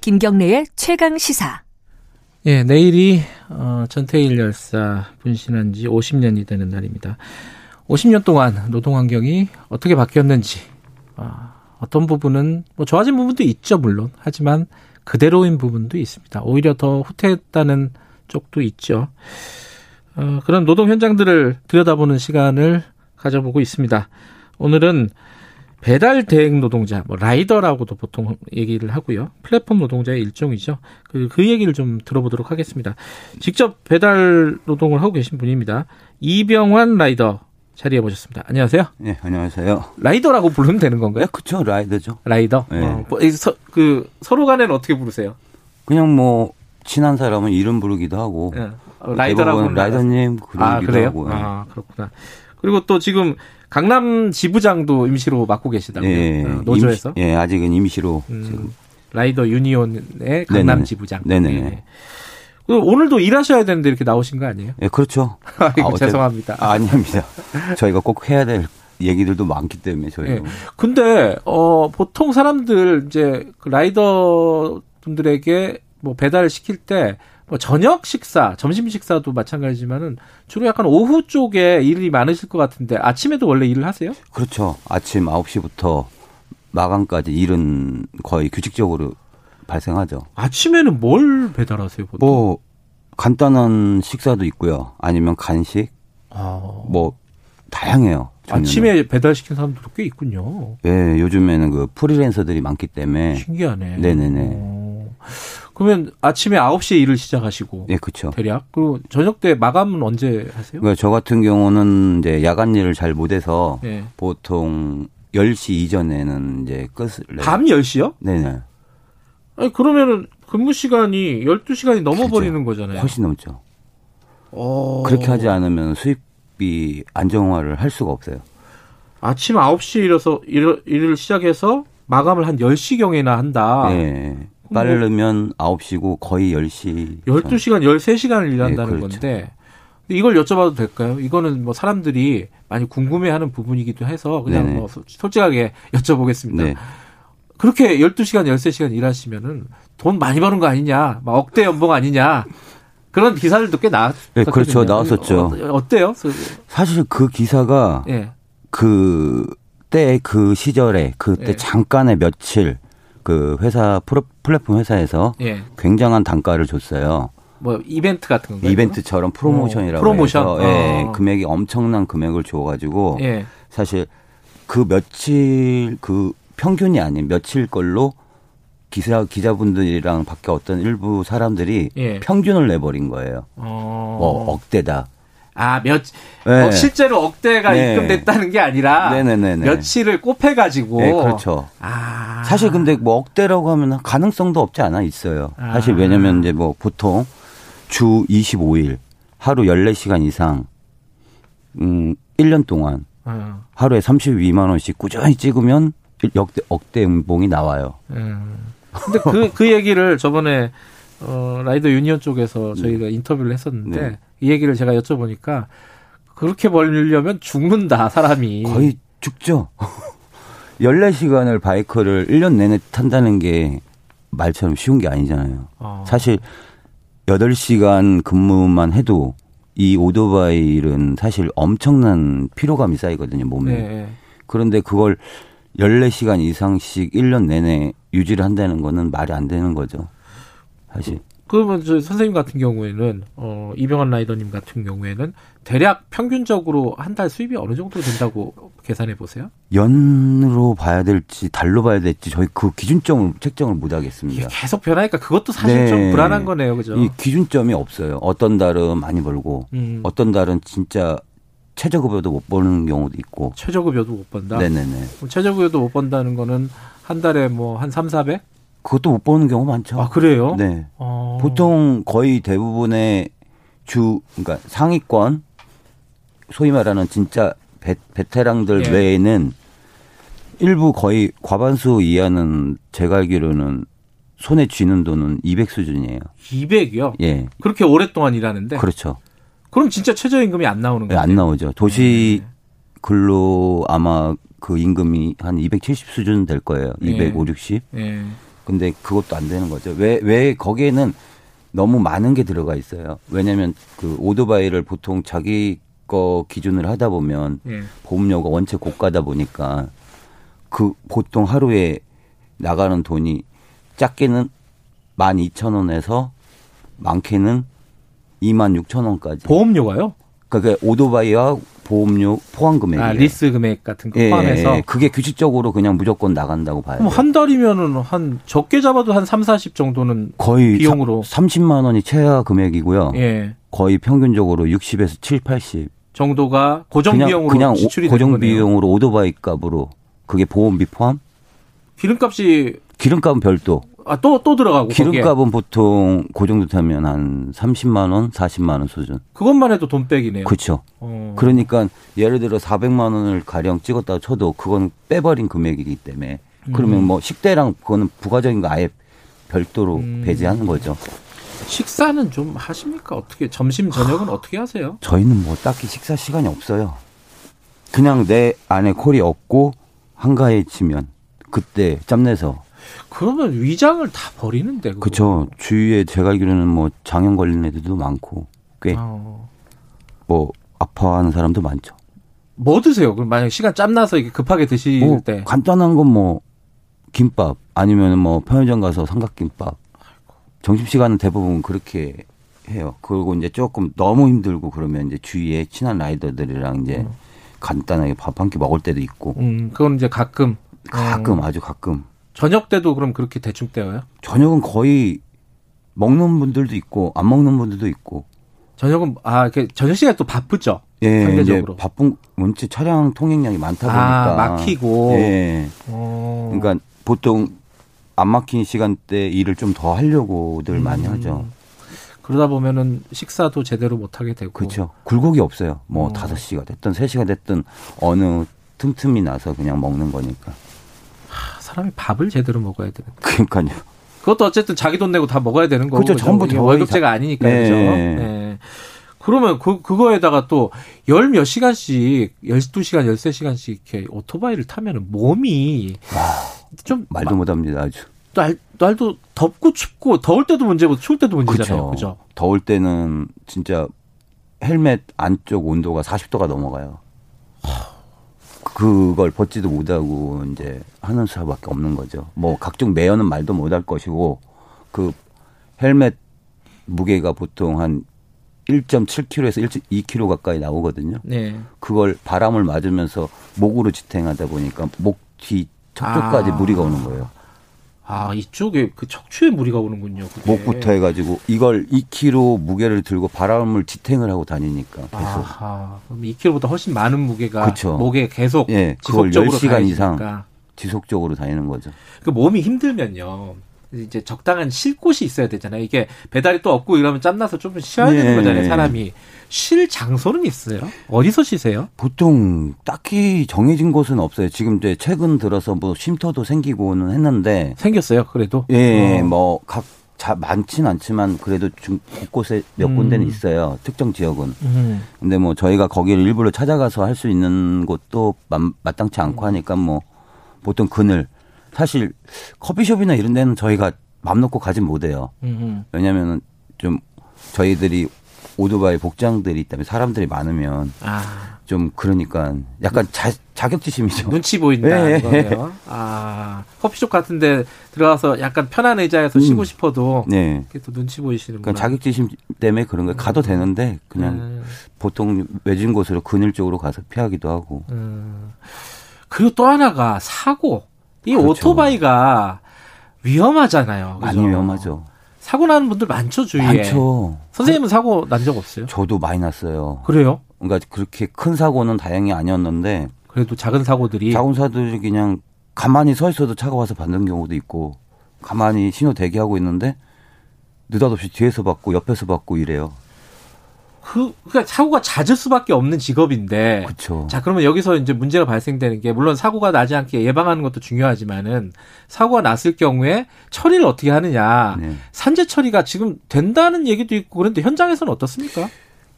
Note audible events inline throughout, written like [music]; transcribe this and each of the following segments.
김경래의 최강 시사. 예, 내일이 어, 전태일 열사 분신한 지 50년이 되는 날입니다. 50년 동안 노동 환경이 어떻게 바뀌었는지 어, 어떤 부분은 뭐 좋아진 부분도 있죠 물론 하지만 그대로인 부분도 있습니다. 오히려 더 후퇴했다는 쪽도 있죠. 어, 그런 노동 현장들을 들여다보는 시간을 가져보고 있습니다. 오늘은 배달 대행 노동자, 뭐 라이더라고도 보통 얘기를 하고요. 플랫폼 노동자의 일종이죠. 그, 그 얘기를 좀 들어보도록 하겠습니다. 직접 배달 노동을 하고 계신 분입니다. 이병환 라이더 자리해 보셨습니다. 안녕하세요. 예, 네, 안녕하세요. 라이더라고 부르면 되는 건가요? 네, 그쵸, 라이더죠. 라이더. 네. 어, 뭐, 서, 그 서로 간에는 어떻게 부르세요? 그냥 뭐 친한 사람은 이름 부르기도 하고 예. 어, 라이더라고 뭐 라이더님 그러기도 아 그래요? 하고. 예. 아 그렇구나. 그리고 또 지금 강남 지부장도 임시로 맡고 계시다고요? 예, 어, 노조에서 임시- 예, 아직은 임시로 음, 지금. 라이더 유니온의 강남 네네네. 지부장. 네네네. 예. 그리고 오늘도 일하셔야 되는데 이렇게 나오신 거 아니에요? 예, 그렇죠. [laughs] 아이고, 어째- 죄송합니다. 아, [laughs] 아닙니다. 저희가 꼭 해야 될 얘기들도 많기 때문에 저희. 예. 근데 어 보통 사람들 이제 그 라이더 분들에게 뭐 배달을 시킬 때 뭐 저녁 식사, 점심 식사도 마찬가지지만은 주로 약간 오후 쪽에 일이 많으실 것 같은데 아침에도 원래 일을 하세요? 그렇죠. 아침 9시부터 마감까지 일은 거의 규칙적으로 발생하죠. 아침에는 뭘 배달하세요? 보통? 뭐 간단한 식사도 있고요. 아니면 간식 아, 뭐 다양해요. 저희는. 아침에 배달 시킨 사람도 꽤 있군요. 예, 요즘에는 그 프리랜서들이 많기 때문에 신기하네. 네네네. 어. 그러면 아침에 9시에 일을 시작하시고 예, 그렇죠. 대략 그리고 저녁 때 마감은 언제 하세요? 그러니까 저 같은 경우는 이제 야간 일을 잘 못해서 네. 보통 10시 이전에는 이제 끝을 내요. 밤 10시요? 네네 아니 그러면은 근무 시간이 12시간이 넘어 버리는 거잖아요. 훨씬 넘죠. 네. 어. 그렇게 하지 않으면 수입비 안정화를 할 수가 없어요. 아침 9시에 일어서 일, 일을 시작해서 마감을 한 10시 경에나 한다. 예. 빠르면 9시고 거의 10시. 12시간, 13시간을 일한다는 예, 그렇죠. 건데 근데 이걸 여쭤봐도 될까요? 이거는 뭐 사람들이 많이 궁금해하는 부분이기도 해서 그냥 네네. 뭐 소- 솔직하게 여쭤보겠습니다. 네. 그렇게 12시간, 13시간 일하시면은 돈 많이 버는 거 아니냐, 막 억대 연봉 아니냐. 그런 기사들도 꽤 나왔거든요. 네, 그렇죠. 나왔었죠. 어, 어때요? 그, 사실 그 기사가 예. 그 때, 그 시절에, 그때 예. 잠깐의 며칠, 그 회사, 프로- 플랫폼 회사에서 예. 굉장한 단가를 줬어요. 뭐 이벤트 같은 건가요? 이벤트처럼 프로모션이라고 어, 프로모션? 해서 예, 어. 금액이 엄청난 금액을 줘가지고 예. 사실 그 며칠 그 평균이 아닌 며칠 걸로 기사 기자분들이랑 밖에 어떤 일부 사람들이 예. 평균을 내버린 거예요. 어. 뭐 억대다. 아, 몇 네. 어, 실제로 억대가 네. 입금됐다는 게 아니라 네네네네. 며칠을 곱해 가지고 예, 그렇죠. 아. 사실 근데 뭐 억대라고 하면 가능성도 없지 않아 있어요. 사실 아. 왜냐면 이제 뭐 보통 주 25일 하루 14시간 이상 음 1년 동안 어, 하루에 32만 원씩 꾸준히 찍으면 역대 억대 연봉이 나와요. 음. 근데 그, 그 얘기를 저번에 어, 라이더 유니언 쪽에서 저희가 인터뷰를 했었는데 네. 이 얘기를 제가 여쭤보니까 그렇게 벌려면 죽는다 사람이 거의 죽죠. [laughs] 14시간을 바이크를 1년 내내 탄다는 게 말처럼 쉬운 게 아니잖아요. 어. 사실 8시간 근무만 해도 이 오토바이 일은 사실 엄청난 피로감이 쌓이거든요, 몸에. 네. 그런데 그걸 14시간 이상씩 1년 내내 유지를 한다는 거는 말이 안 되는 거죠. 사실. 그러면 저 선생님 같은 경우에는 어, 이병헌 라이더님 같은 경우에는 대략 평균적으로 한 달 수입이 어느 정도 된다고 계산해 보세요. 연으로 봐야 될지 달로 봐야 될지 저희 그 기준점을 책정을 못 이게 하겠습니다. 계속 변하니까 그것도 사실 네. 좀 불안한 거네요, 그죠? 이 기준점이 없어요. 어떤 달은 많이 벌고 음, 어떤 달은 진짜 최저급여도 못 버는 경우도 있고. 최저급여도 못 번다. 네네네. 그럼 최저급여도 못 번다는 거는 한 달에 뭐 한 삼 사백? 그것도 못 버는 경우 많죠. 아 그래요? 네. 어. 보통 거의 대부분의 주 그러니까 상위권 소위 말하는 진짜 베, 베테랑들 예. 외에는 일부 거의 과반수 이하는 제가 알기로는 손에 쥐는 돈은 200 수준이에요. 200이요. 예. 그렇게 오랫동안 일하는데 그렇죠. 그럼 진짜 최저임금이 안 나오는 예, 거예요. 안 나오죠. 도시 네. 근로 아마 그 임금이 한 270 수준 될 거예요. 예. 250, 60. 예. 근데 그것도 안 되는 거죠. 왜, 왜 거기에는 너무 많은 게 들어가 있어요. 왜냐면 그 오토바이를 보통 자기 거 기준으로 하다 보면 예. 보험료가 원체 고가다 보니까 그 보통 하루에 나가는 돈이 작게는 12,000원에서 많게는 26,000원까지. 보험료가요? 그러니까 오토바이와 보험료 포함 금액이에요. 아, 리스 금액 같은 거 네, 예, 포함해서 예, 그게 규칙적으로 그냥 무조건 나간다고 봐요. 그럼 한 달이면은 한 적게 잡아도 한 3, 40 정도는 거의 비용으로. 30만 원이 최하 금액이고요. 예. 거의 평균적으로 60에서 7, 80. 정도가 고정 그냥 비용으로 그냥 오- 지출이 되는 고정 거네요. 비용으로 오토바이 값으로 그게 보험비 포함? 기름값이 기름값은 별도. 아 또 또 들어가고 거기에. 기름값은 보통 그 고정도 타면 한 30만 원, 40만 원 수준. 그것만 해도 돈 빼기네요. 그렇죠. 어. 그러니까 예를 들어 400만 원을 가령 찍었다 쳐도 그건 빼버린 금액이기 때문에 음. 그러면 뭐 식대랑 그거는 부가적인 거 아예 별도로 음. 배제하는 거죠. 식사는 좀 하십니까? 어떻게 점심 저녁은 어떻게 하세요? 저희는 뭐 딱히 식사 시간이 없어요. 그냥 내 안에 콜이 없고 한가해 치면 그때 짬내서 그러면 위장을 다 버리는데 그거. 그쵸 주위에 제가 알기로는 뭐 장염 걸린 애들도 많고 꽤 어. 뭐 아파하는 사람도 많죠. 뭐 드세요? 그럼 만약 시간 짬나서 이렇게 급하게 드실 뭐 때 간단한 건 뭐 김밥 아니면 뭐 편의점 가서 삼각김밥 점심시간은 대부분 그렇게 해요. 그리고 이제 조금 너무 힘들고 그러면 이제 주위에 친한 라이더들이랑 이제 간단하게 밥 한 끼 먹을 때도 있고 음, 그건 이제 가끔 가끔 어, 아주 가끔 저녁 때도 그럼 그렇게 대충 때워요? 저녁은 거의 먹는 분들도 있고 안 먹는 분들도 있고 저녁은 아 이렇게 저녁 시간 또 바쁘죠. 예 상대적으로. 이제 바쁜 원체 차량 통행량이 많다 보니까 아 막히고. 예 어. 그러니까 보통 안 막힌 시간대 일을 좀 더 하려고들 음. 많이 하죠 그러다 보면은 식사도 제대로 못 하게 되고. 그렇죠 굴곡이 없어요 뭐 어. 다섯 시가 됐든 세 시가 됐든 어느 틈틈이 나서 그냥 먹는 거니까 [laughs] 아, 사람이 밥을 제대로 먹어야 되는. 그러니까요 그것도 어쨌든 자기 돈 내고 다 먹어야 되는 거고. 그렇죠. 전부 이게 저희 월급제가 다- 아니니까 네. 그죠. 네. 그러면 그 그거에다가 또 열 몇 시간씩 12시간 13시간씩 이렇게 오토바이를 타면은 몸이 좀 말도 못합니다 아주 날, 날도 덥고 춥고 더울 때도 문제고 추울 때도 문제잖아요. 그렇죠 그죠? 더울 때는 진짜 헬멧 안쪽 온도가 40도가 넘어가요. 그걸 벗지도 못하고 이제 하는 수밖에 없는 거죠. 뭐 각종 매연은 말도 못할 것이고 그 헬멧 무게가 보통 한 1.7kg에서 2kg 가까이 나오거든요. 네. 그걸 바람을 맞으면서 목으로 지탱하다 보니까 목 뒤 척추까지 아. 무리가 오는 거예요. 아, 이쪽에 그 척추에 무리가 오는군요. 그게. 목부터 해가지고 이걸 2kg 무게를 들고 바람을 지탱을 하고 다니니까 계속 아하, 그럼 2kg보다 훨씬 많은 무게가 그쵸. 목에 계속 예, 그걸 지속적으로 10시간 가야 이상. 되니까. 지속적으로 다니는 거죠. 그 몸이 힘들면요. 이제 적당한 쉴 곳이 있어야 되잖아요. 이게 배달이 또 없고 이러면 짬나서 좀 쉬어야 되는 예. 거잖아요. 사람이 쉴 장소는 있어요. 어디서 쉬세요? 보통 딱히 정해진 곳은 없어요. 지금 이제 최근 들어서 뭐 쉼터도 생기고는 했는데 생겼어요. 그래도 예, 어. 뭐 각 자, 많진 않지만 그래도 좀 곳곳에 몇 음. 군데는 있어요. 특정 지역은. 음. 근데 뭐 저희가 거기를 일부러 찾아가서 할 수 있는 곳도 마- 마땅치 음. 않고 하니까 뭐 보통 그늘 사실 커피숍이나 이런 데는 저희가 맘 놓고 가진 못해요. 음, 왜냐면은 좀 저희들이 오토바이 복장들이 있다면 사람들이 많으면 아 좀 그러니까 약간 자, 자격지심이죠. 눈치 보인다 예, 예. 이거예요. 아 커피숍 같은데 들어가서 약간 편한 의자에서 쉬고 싶어도 네. 이렇게 또 눈치 음, 보이시는 음. 그러니까 자격지심 때문에 그런 거예요. 가도 되는데 그냥 네. 보통 외진 곳으로 그늘 쪽으로 가서 피하기도 하고. 음. 그리고 또 하나가 사고. 이 그렇죠. 오토바이가 위험하잖아요. 그죠? 예. 많이 위험하죠. 사고 나는 분들 많죠, 주위에. 많죠. 선생님은 사고 난 적 없어요? 저도 많이 났어요. 그래요? 그러니까 그렇게 큰 사고는 다행히 아니었는데 그래도 작은 사고들이 자동차들이 그냥 가만히 서 있어도 차가 와서 받는 경우도 있고 가만히 신호 대기하고 있는데 느닷없이 뒤에서 받고 옆에서 받고 이래요. 그 그러니까 사고가 잦을 수밖에 없는 직업인데. 그렇죠. 네. 자, 그러면 여기서 이제 문제가 발생되는 게 물론 사고가 나지 않게 예방하는 것도 중요하지만은 사고가 났을 경우에 처리를 어떻게 하느냐. 네. 산재 처리가 지금 된다는 얘기도 있고 그런데 현장에서는 어떻습니까?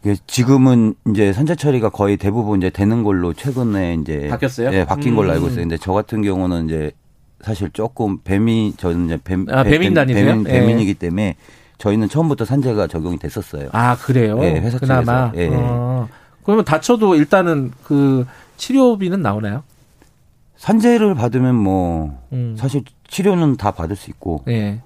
이게 지금은 이제 산재 처리가 거의 대부분 이제 되는 걸로 최근에 이제 바뀌었어요? 예, 바뀐 걸로 음. 알고 있어요. 근데 저 같은 경우는 이제 사실 조금 배민 저는 이제 배, 아, 배민단이세요? 예. 배민, 이기 때문에 저희는 처음부터 산재가 적용이 됐었어요. 아 그래요. 네, 회사 그나마. 측에서. 예. 어. 그러면 다쳐도 일단은 그 치료비는 나오나요? 산재를 받으면 뭐 음. 사실 치료는 다 받을 수 있고 예.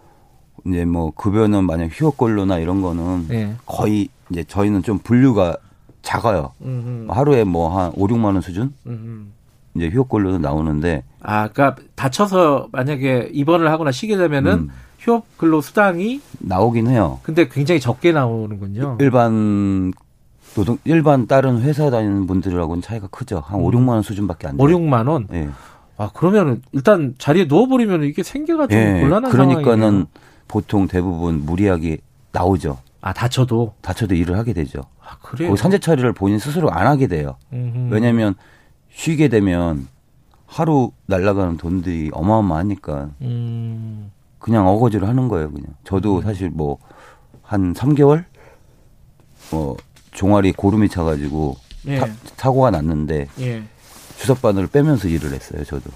이제 뭐 급여는 만약 휴업근로나 이런 거는 예. 거의 이제 저희는 좀 분류가 작아요. 음, 음, 하루에 뭐 한 5, 6만 원 수준 음, 음. 이제 휴업근로는 나오는데 아, 그러니까 다쳐서 만약에 입원을 하거나 쉬게 되면은 음, 휴업 근로 수당이 나오긴 해요. 근데 굉장히 적게 나오는군요. 예. 일반 노동 일반 다른 회사 다니는 분들하고는 차이가 크죠. 한 5, 6만 원 수준밖에 안 돼요. 5, 6만 원. 예. 아, 그러면은 일단 자리에 누워 버리면 이게 생계가 좀 예. 곤란한 그러니까는 상황이에요. 보통 대부분 무리하게 나오죠. 아, 다쳐도. 다쳐도 일을 하게 되죠. 아, 그래요. 거기 산재 처리를 본인 스스로 안 하게 돼요. 음, 음. 왜냐하면 쉬게 되면 하루 날아가는 돈들이 어마어마하니까 음. 그냥 어거지로 하는 거예요, 그냥. 저도 사실 뭐 한 3개월 뭐 종아리 고름이 차 가지고 예. 사고가 났는데 예. 주사바늘을 빼면서 일을 했어요, 저도.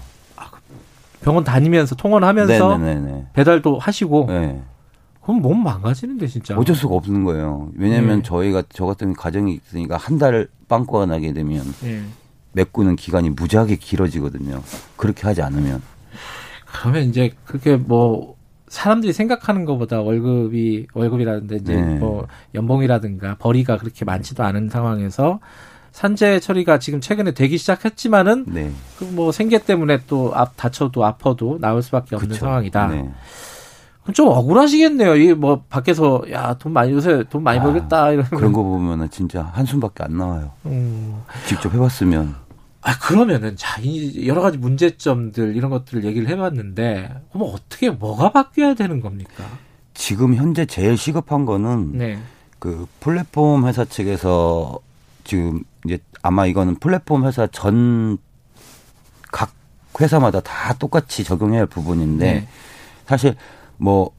병원 다니면서 통원하면서 어. 네네네. 배달도 하시고 네. 그럼 몸 망가지는데 진짜. 어쩔 수가 없는 거예요. 왜냐면 네. 저희가 저 같은 가정이 있으니까 한 달 빵꾸가 나게 되면 예. 메꾸는 기간이 무지하게 길어지거든요. 그렇게 하지 않으면. 그러면 이제 그렇게 뭐 사람들이 생각하는 것보다 월급이 월급이라든데 이제 네. 뭐 연봉이라든가 벌이가 그렇게 많지도 않은 상황에서 산재 처리가 지금 최근에 되기 시작했지만은 네. 그 뭐 생계 때문에 또 앞 다쳐도 아파도 나올 수밖에 없는 그쵸. 상황이다. 네. 그럼 좀 억울하시겠네요. 이 뭐 밖에서 야 돈 많이 요새 돈 많이 아, 벌겠다 이런. 그런 거 보면은 진짜 한숨밖에 안 나와요. 음. 직접 해봤으면. 아 그러면은 자이 여러 가지 문제점들 이런 것들을 얘기를 해봤는데 그럼 어떻게 뭐가 바뀌어야 되는 겁니까? 지금 현재 제일 시급한 거는 네. 그 플랫폼 회사 측에서 지금 이제 아마 이거는 플랫폼 회사 전 각 회사마다 다 똑같이 적용해야 할 부분인데 네. 사실 뭐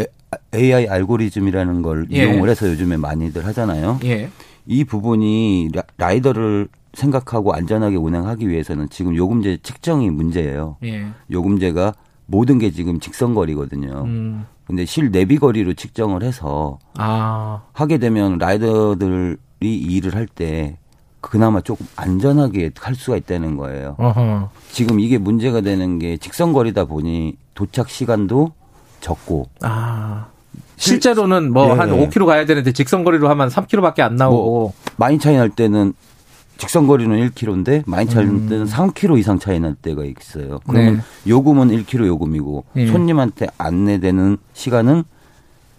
에- AI 알고리즘이라는 걸 예. 이용을 해서 요즘에 많이들 하잖아요. 예. 이 부분이 라- 라이더를 생각하고 안전하게 운행하기 위해서는 지금 요금제 측정이 문제예요. 예. 요금제가 모든 게 지금 직선거리거든요. 음. 근데 실 내비거리로 측정을 해서 아, 하게 되면 라이더들이 일을 할 때 그나마 조금 안전하게 할 수가 있다는 거예요. 어허. 지금 이게 문제가 되는 게 직선거리다 보니 도착 시간도 적고 아. 실제로는 뭐 예, 한 예. 뭐, 5km 가야 되는데 직선거리로 하면 3km밖에 안 나오고. 많이 차이 날 때는 직선거리는 1km인데 많이 차이 음. 날 때는 3km 이상 차이 날 때가 있어요. 그러면 요금은 1km 요금이고 네. 예. 손님한테 안내되는 시간은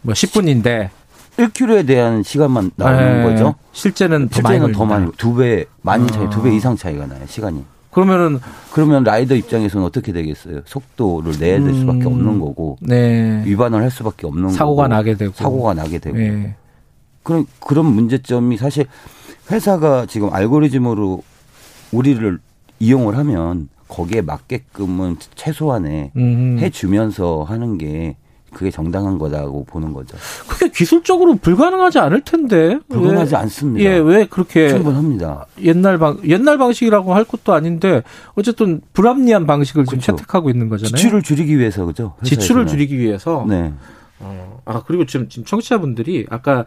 뭐 10분인데 1km에 대한 시간만 아, 예. 나오는 거죠. 실제는 더 많이 실제는 더 걸린다. 많이 두배 많이 차이 아. 두 배 이상 차이가 나요 시간이. 그러면은 그러면 라이더 입장에서는 어떻게 되겠어요? 속도를 내야 될 수밖에 음. 없는 거고 네. 위반을 할 수밖에 없는 사고가 거고, 나게 되고. 사고가 나게 되고 예. 그런 그런 문제점이 사실 회사가 지금 알고리즘으로 우리를 이용을 하면 거기에 맞게끔은 최소한의 음. 해주면서 하는 게 그게 정당한 거라고 보는 거죠. 그게 기술적으로 불가능하지 않을 텐데. 불가능하지 왜, 않습니다. 예, 왜 그렇게 충분합니다. 옛날 방 옛날 방식이라고 할 것도 아닌데 어쨌든 불합리한 방식을 그렇죠. 지금 채택하고 있는 거잖아요. 지출을 줄이기 위해서 그죠? 지출을 회사에서는. 줄이기 위해서 네. 어. 아 그리고 지금 지금 청취자분들이 아까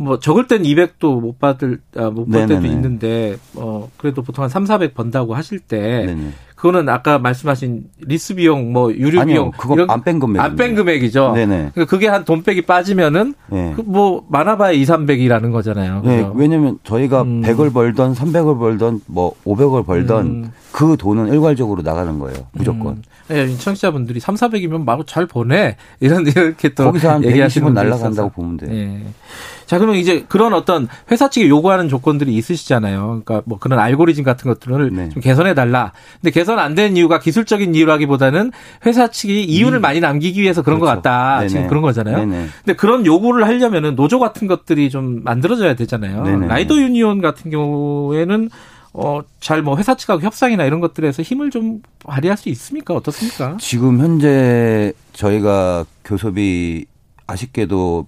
뭐 적을 땐 200도 못 받을 아, 못 받을 때도 네네네. 있는데 어 그래도 보통 한 3, 400 번다고 하실 때 네네. 그거는 아까 말씀하신 리스 비용 뭐 유류 아니요, 비용 그거 안 뺀 금액. 안 뺀 금액이죠. 네네. 그러니까 그게 한 돈 빼기 빠지면은 네. 그 뭐 많아봐야 2, 300이라는 거잖아요. 네, 그죠? 왜냐면 저희가 음. 100을 벌던 300을 벌던 뭐 500을 벌던 음. 그 돈은 일괄적으로 나가는 거예요. 무조건. 음. 네, 청취자분들이 3, 400이면 마구 잘 보내. 이런 이렇게 또 거기서 한 얘기하시는 120은 분들이 날라간다고 있어서. 보면 돼요. 예. 자, 그러면 이제 그런 어떤 회사 측이 요구하는 조건들이 있으시잖아요. 그러니까 뭐 그런 알고리즘 같은 것들을 네. 좀 개선해 달라. 근데 개선 안 된 이유가 기술적인 이유라기보다는 회사 측이 이윤을 많이 남기기 위해서 그런 음. 것 그렇죠. 같다. 네네. 지금 그런 거잖아요. 네네. 근데 그런 요구를 하려면은 노조 같은 것들이 좀 만들어져야 되잖아요. 네네. 라이더 유니온 같은 경우에는 어, 잘 뭐 회사 측하고 협상이나 이런 것들에서 힘을 좀 발휘할 수 있습니까? 어떻습니까? 지금 현재 저희가 교섭이 아쉽게도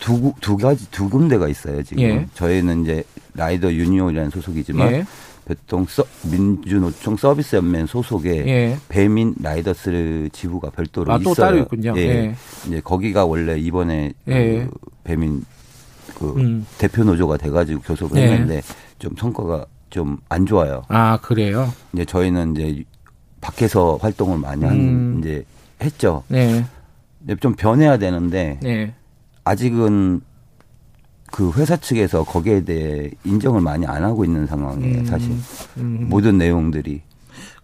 두, 두 가지, 두 군데가 있어요, 지금. 예. 저희는 이제 라이더 유니온이라는 소속이지만 예. 배통 서, 민주노총 서비스 연맹 소속의 예. 배민 라이더스 지부가 별도로 아, 또 있어요. 따로 있군요. 예. 예. 이제 거기가 원래 이번에 예. 그 배민 그 음. 대표 노조가 돼가지고 교섭을 예. 했는데 좀 성과가 좀 안 좋아요. 아 그래요. 이제 저희는 이제 밖에서 활동을 많이 하는 음. 이제 했죠. 네. 근데 좀 변해야 되는데 네. 아직은 그 회사 측에서 거기에 대해 인정을 많이 안 하고 있는 상황이에요, 사실. 음. 모든 내용들이.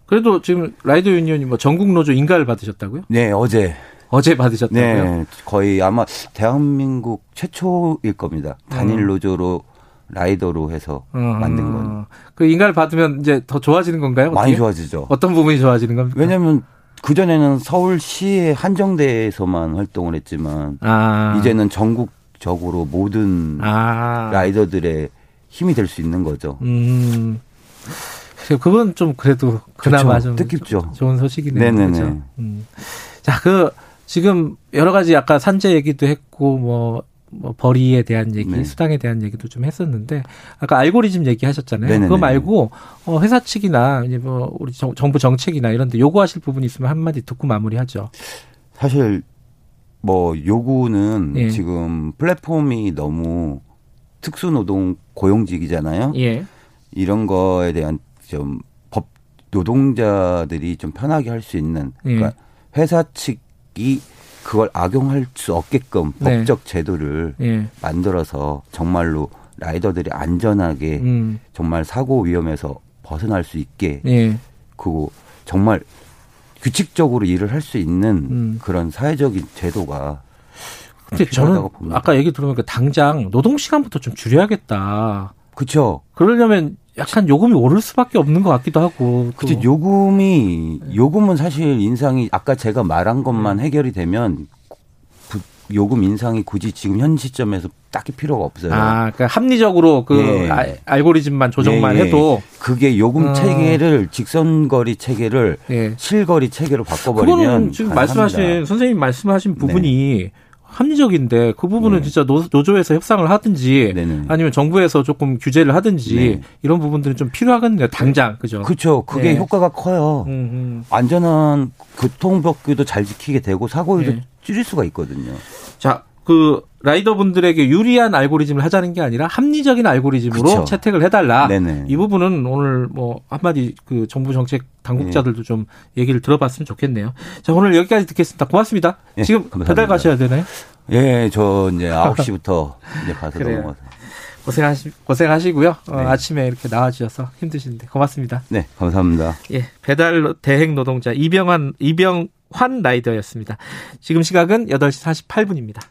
그래도 지금 라이더 유니언이 뭐 전국 노조 인가를 받으셨다고요? 네, 어제. 어제 받으셨다고요? 네, 거의 아마 대한민국 최초일 겁니다. 음. 단일 노조로 라이더로 해서 만든 건. 어, 그 인가를 받으면 이제 더 좋아지는 건가요? 많이 어떻게? 좋아지죠. 어떤 부분이 좋아지는 겁니까? 왜냐면 그전에는 서울시의 한정대에서만 활동을 했지만 아. 이제는 전국적으로 모든 아. 라이더들의 힘이 될 수 있는 거죠. 음. 그래요. 그건 좀 그래도 그나마 좋죠. 좀 뜻깊죠. 좋은 소식이네요. 네네네. 그죠? 음. 자, 그 지금 여러 가지 아까 산재 얘기도 했고 뭐, 뭐 벌이에 대한 얘기, 네. 수당에 대한 얘기도 좀 했었는데 아까 알고리즘 얘기하셨잖아요. 네네네. 그거 말고 어, 회사 측이나 이제 뭐 우리 정, 정부 정책이나 이런데 요구하실 부분이 있으면 한마디 듣고 마무리하죠. 사실 뭐 요구는 예. 지금 플랫폼이 너무 특수노동 고용직이잖아요. 예. 이런 거에 대한 좀 법 노동자들이 좀 편하게 할 수 있는 예. 그러니까 회사 측이 그걸 악용할 수 없게끔 네. 법적 제도를 예. 만들어서 정말로 라이더들이 안전하게 음. 정말 사고 위험에서 벗어날 수 있게 예. 그리고 정말 규칙적으로 일을 할 수 있는 음. 그런 사회적인 제도가 근데 저는 필요하다고 봅니다. 아까 얘기 들어보니까 당장 노동 시간부터 좀 줄여야겠다. 그렇죠. 그러려면 약간 요금이 오를 수밖에 없는 것 같기도 하고. 또. 네. 그치 요금이 요금은 사실 인상이 아까 제가 말한 것만 해결이 되면 부- 요금 인상이 굳이 지금 현 시점에서 딱히 필요가 없어요. 아, 그러니까 합리적으로 그 예. 알- 알고리즘만 조정만 예, 예. 해도 그게 요금 어. 체계를 직선거리 체계를 예. 실거리 체계로 바꿔버리면 그거는 지금 가능합니다. 말씀하신 선생님 말씀하신 부분이 합리적인데 그 부분은 네. 진짜 노, 노조에서 협상을 하든지 네네. 아니면 정부에서 조금 규제를 하든지 네. 이런 부분들은 좀 필요하겠네요. 당장 그죠? 그렇죠. 그게 네. 효과가 커요. 음, 음. 안전한 교통법규도 잘 지키게 되고 사고율도 네. 줄일 수가 있거든요. 자, 그 라이더 분들에게 유리한 알고리즘을 하자는 게 아니라 합리적인 알고리즘으로 그쵸. 채택을 해달라. 네네. 아, 이 부분은 오늘 뭐 한마디 그 정부 정책 네. 당국자들도 좀 얘기를 들어봤으면 좋겠네요. 자, 오늘 여기까지 듣겠습니다. 고맙습니다. 예, 지금 감사합니다. 배달 가셔야 되나요? 예, 저 [laughs] 이제 9시부터 이제 가서 그래요. 넘어가서. 고생하시, 고생하시고요. 어, 네. 아침에 이렇게 나와주셔서 힘드신데 고맙습니다. 네, 감사합니다. 예, 배달 노- 대행 노동자 이병환, 이병환 라이더였습니다. 지금 시각은 8시 48분입니다.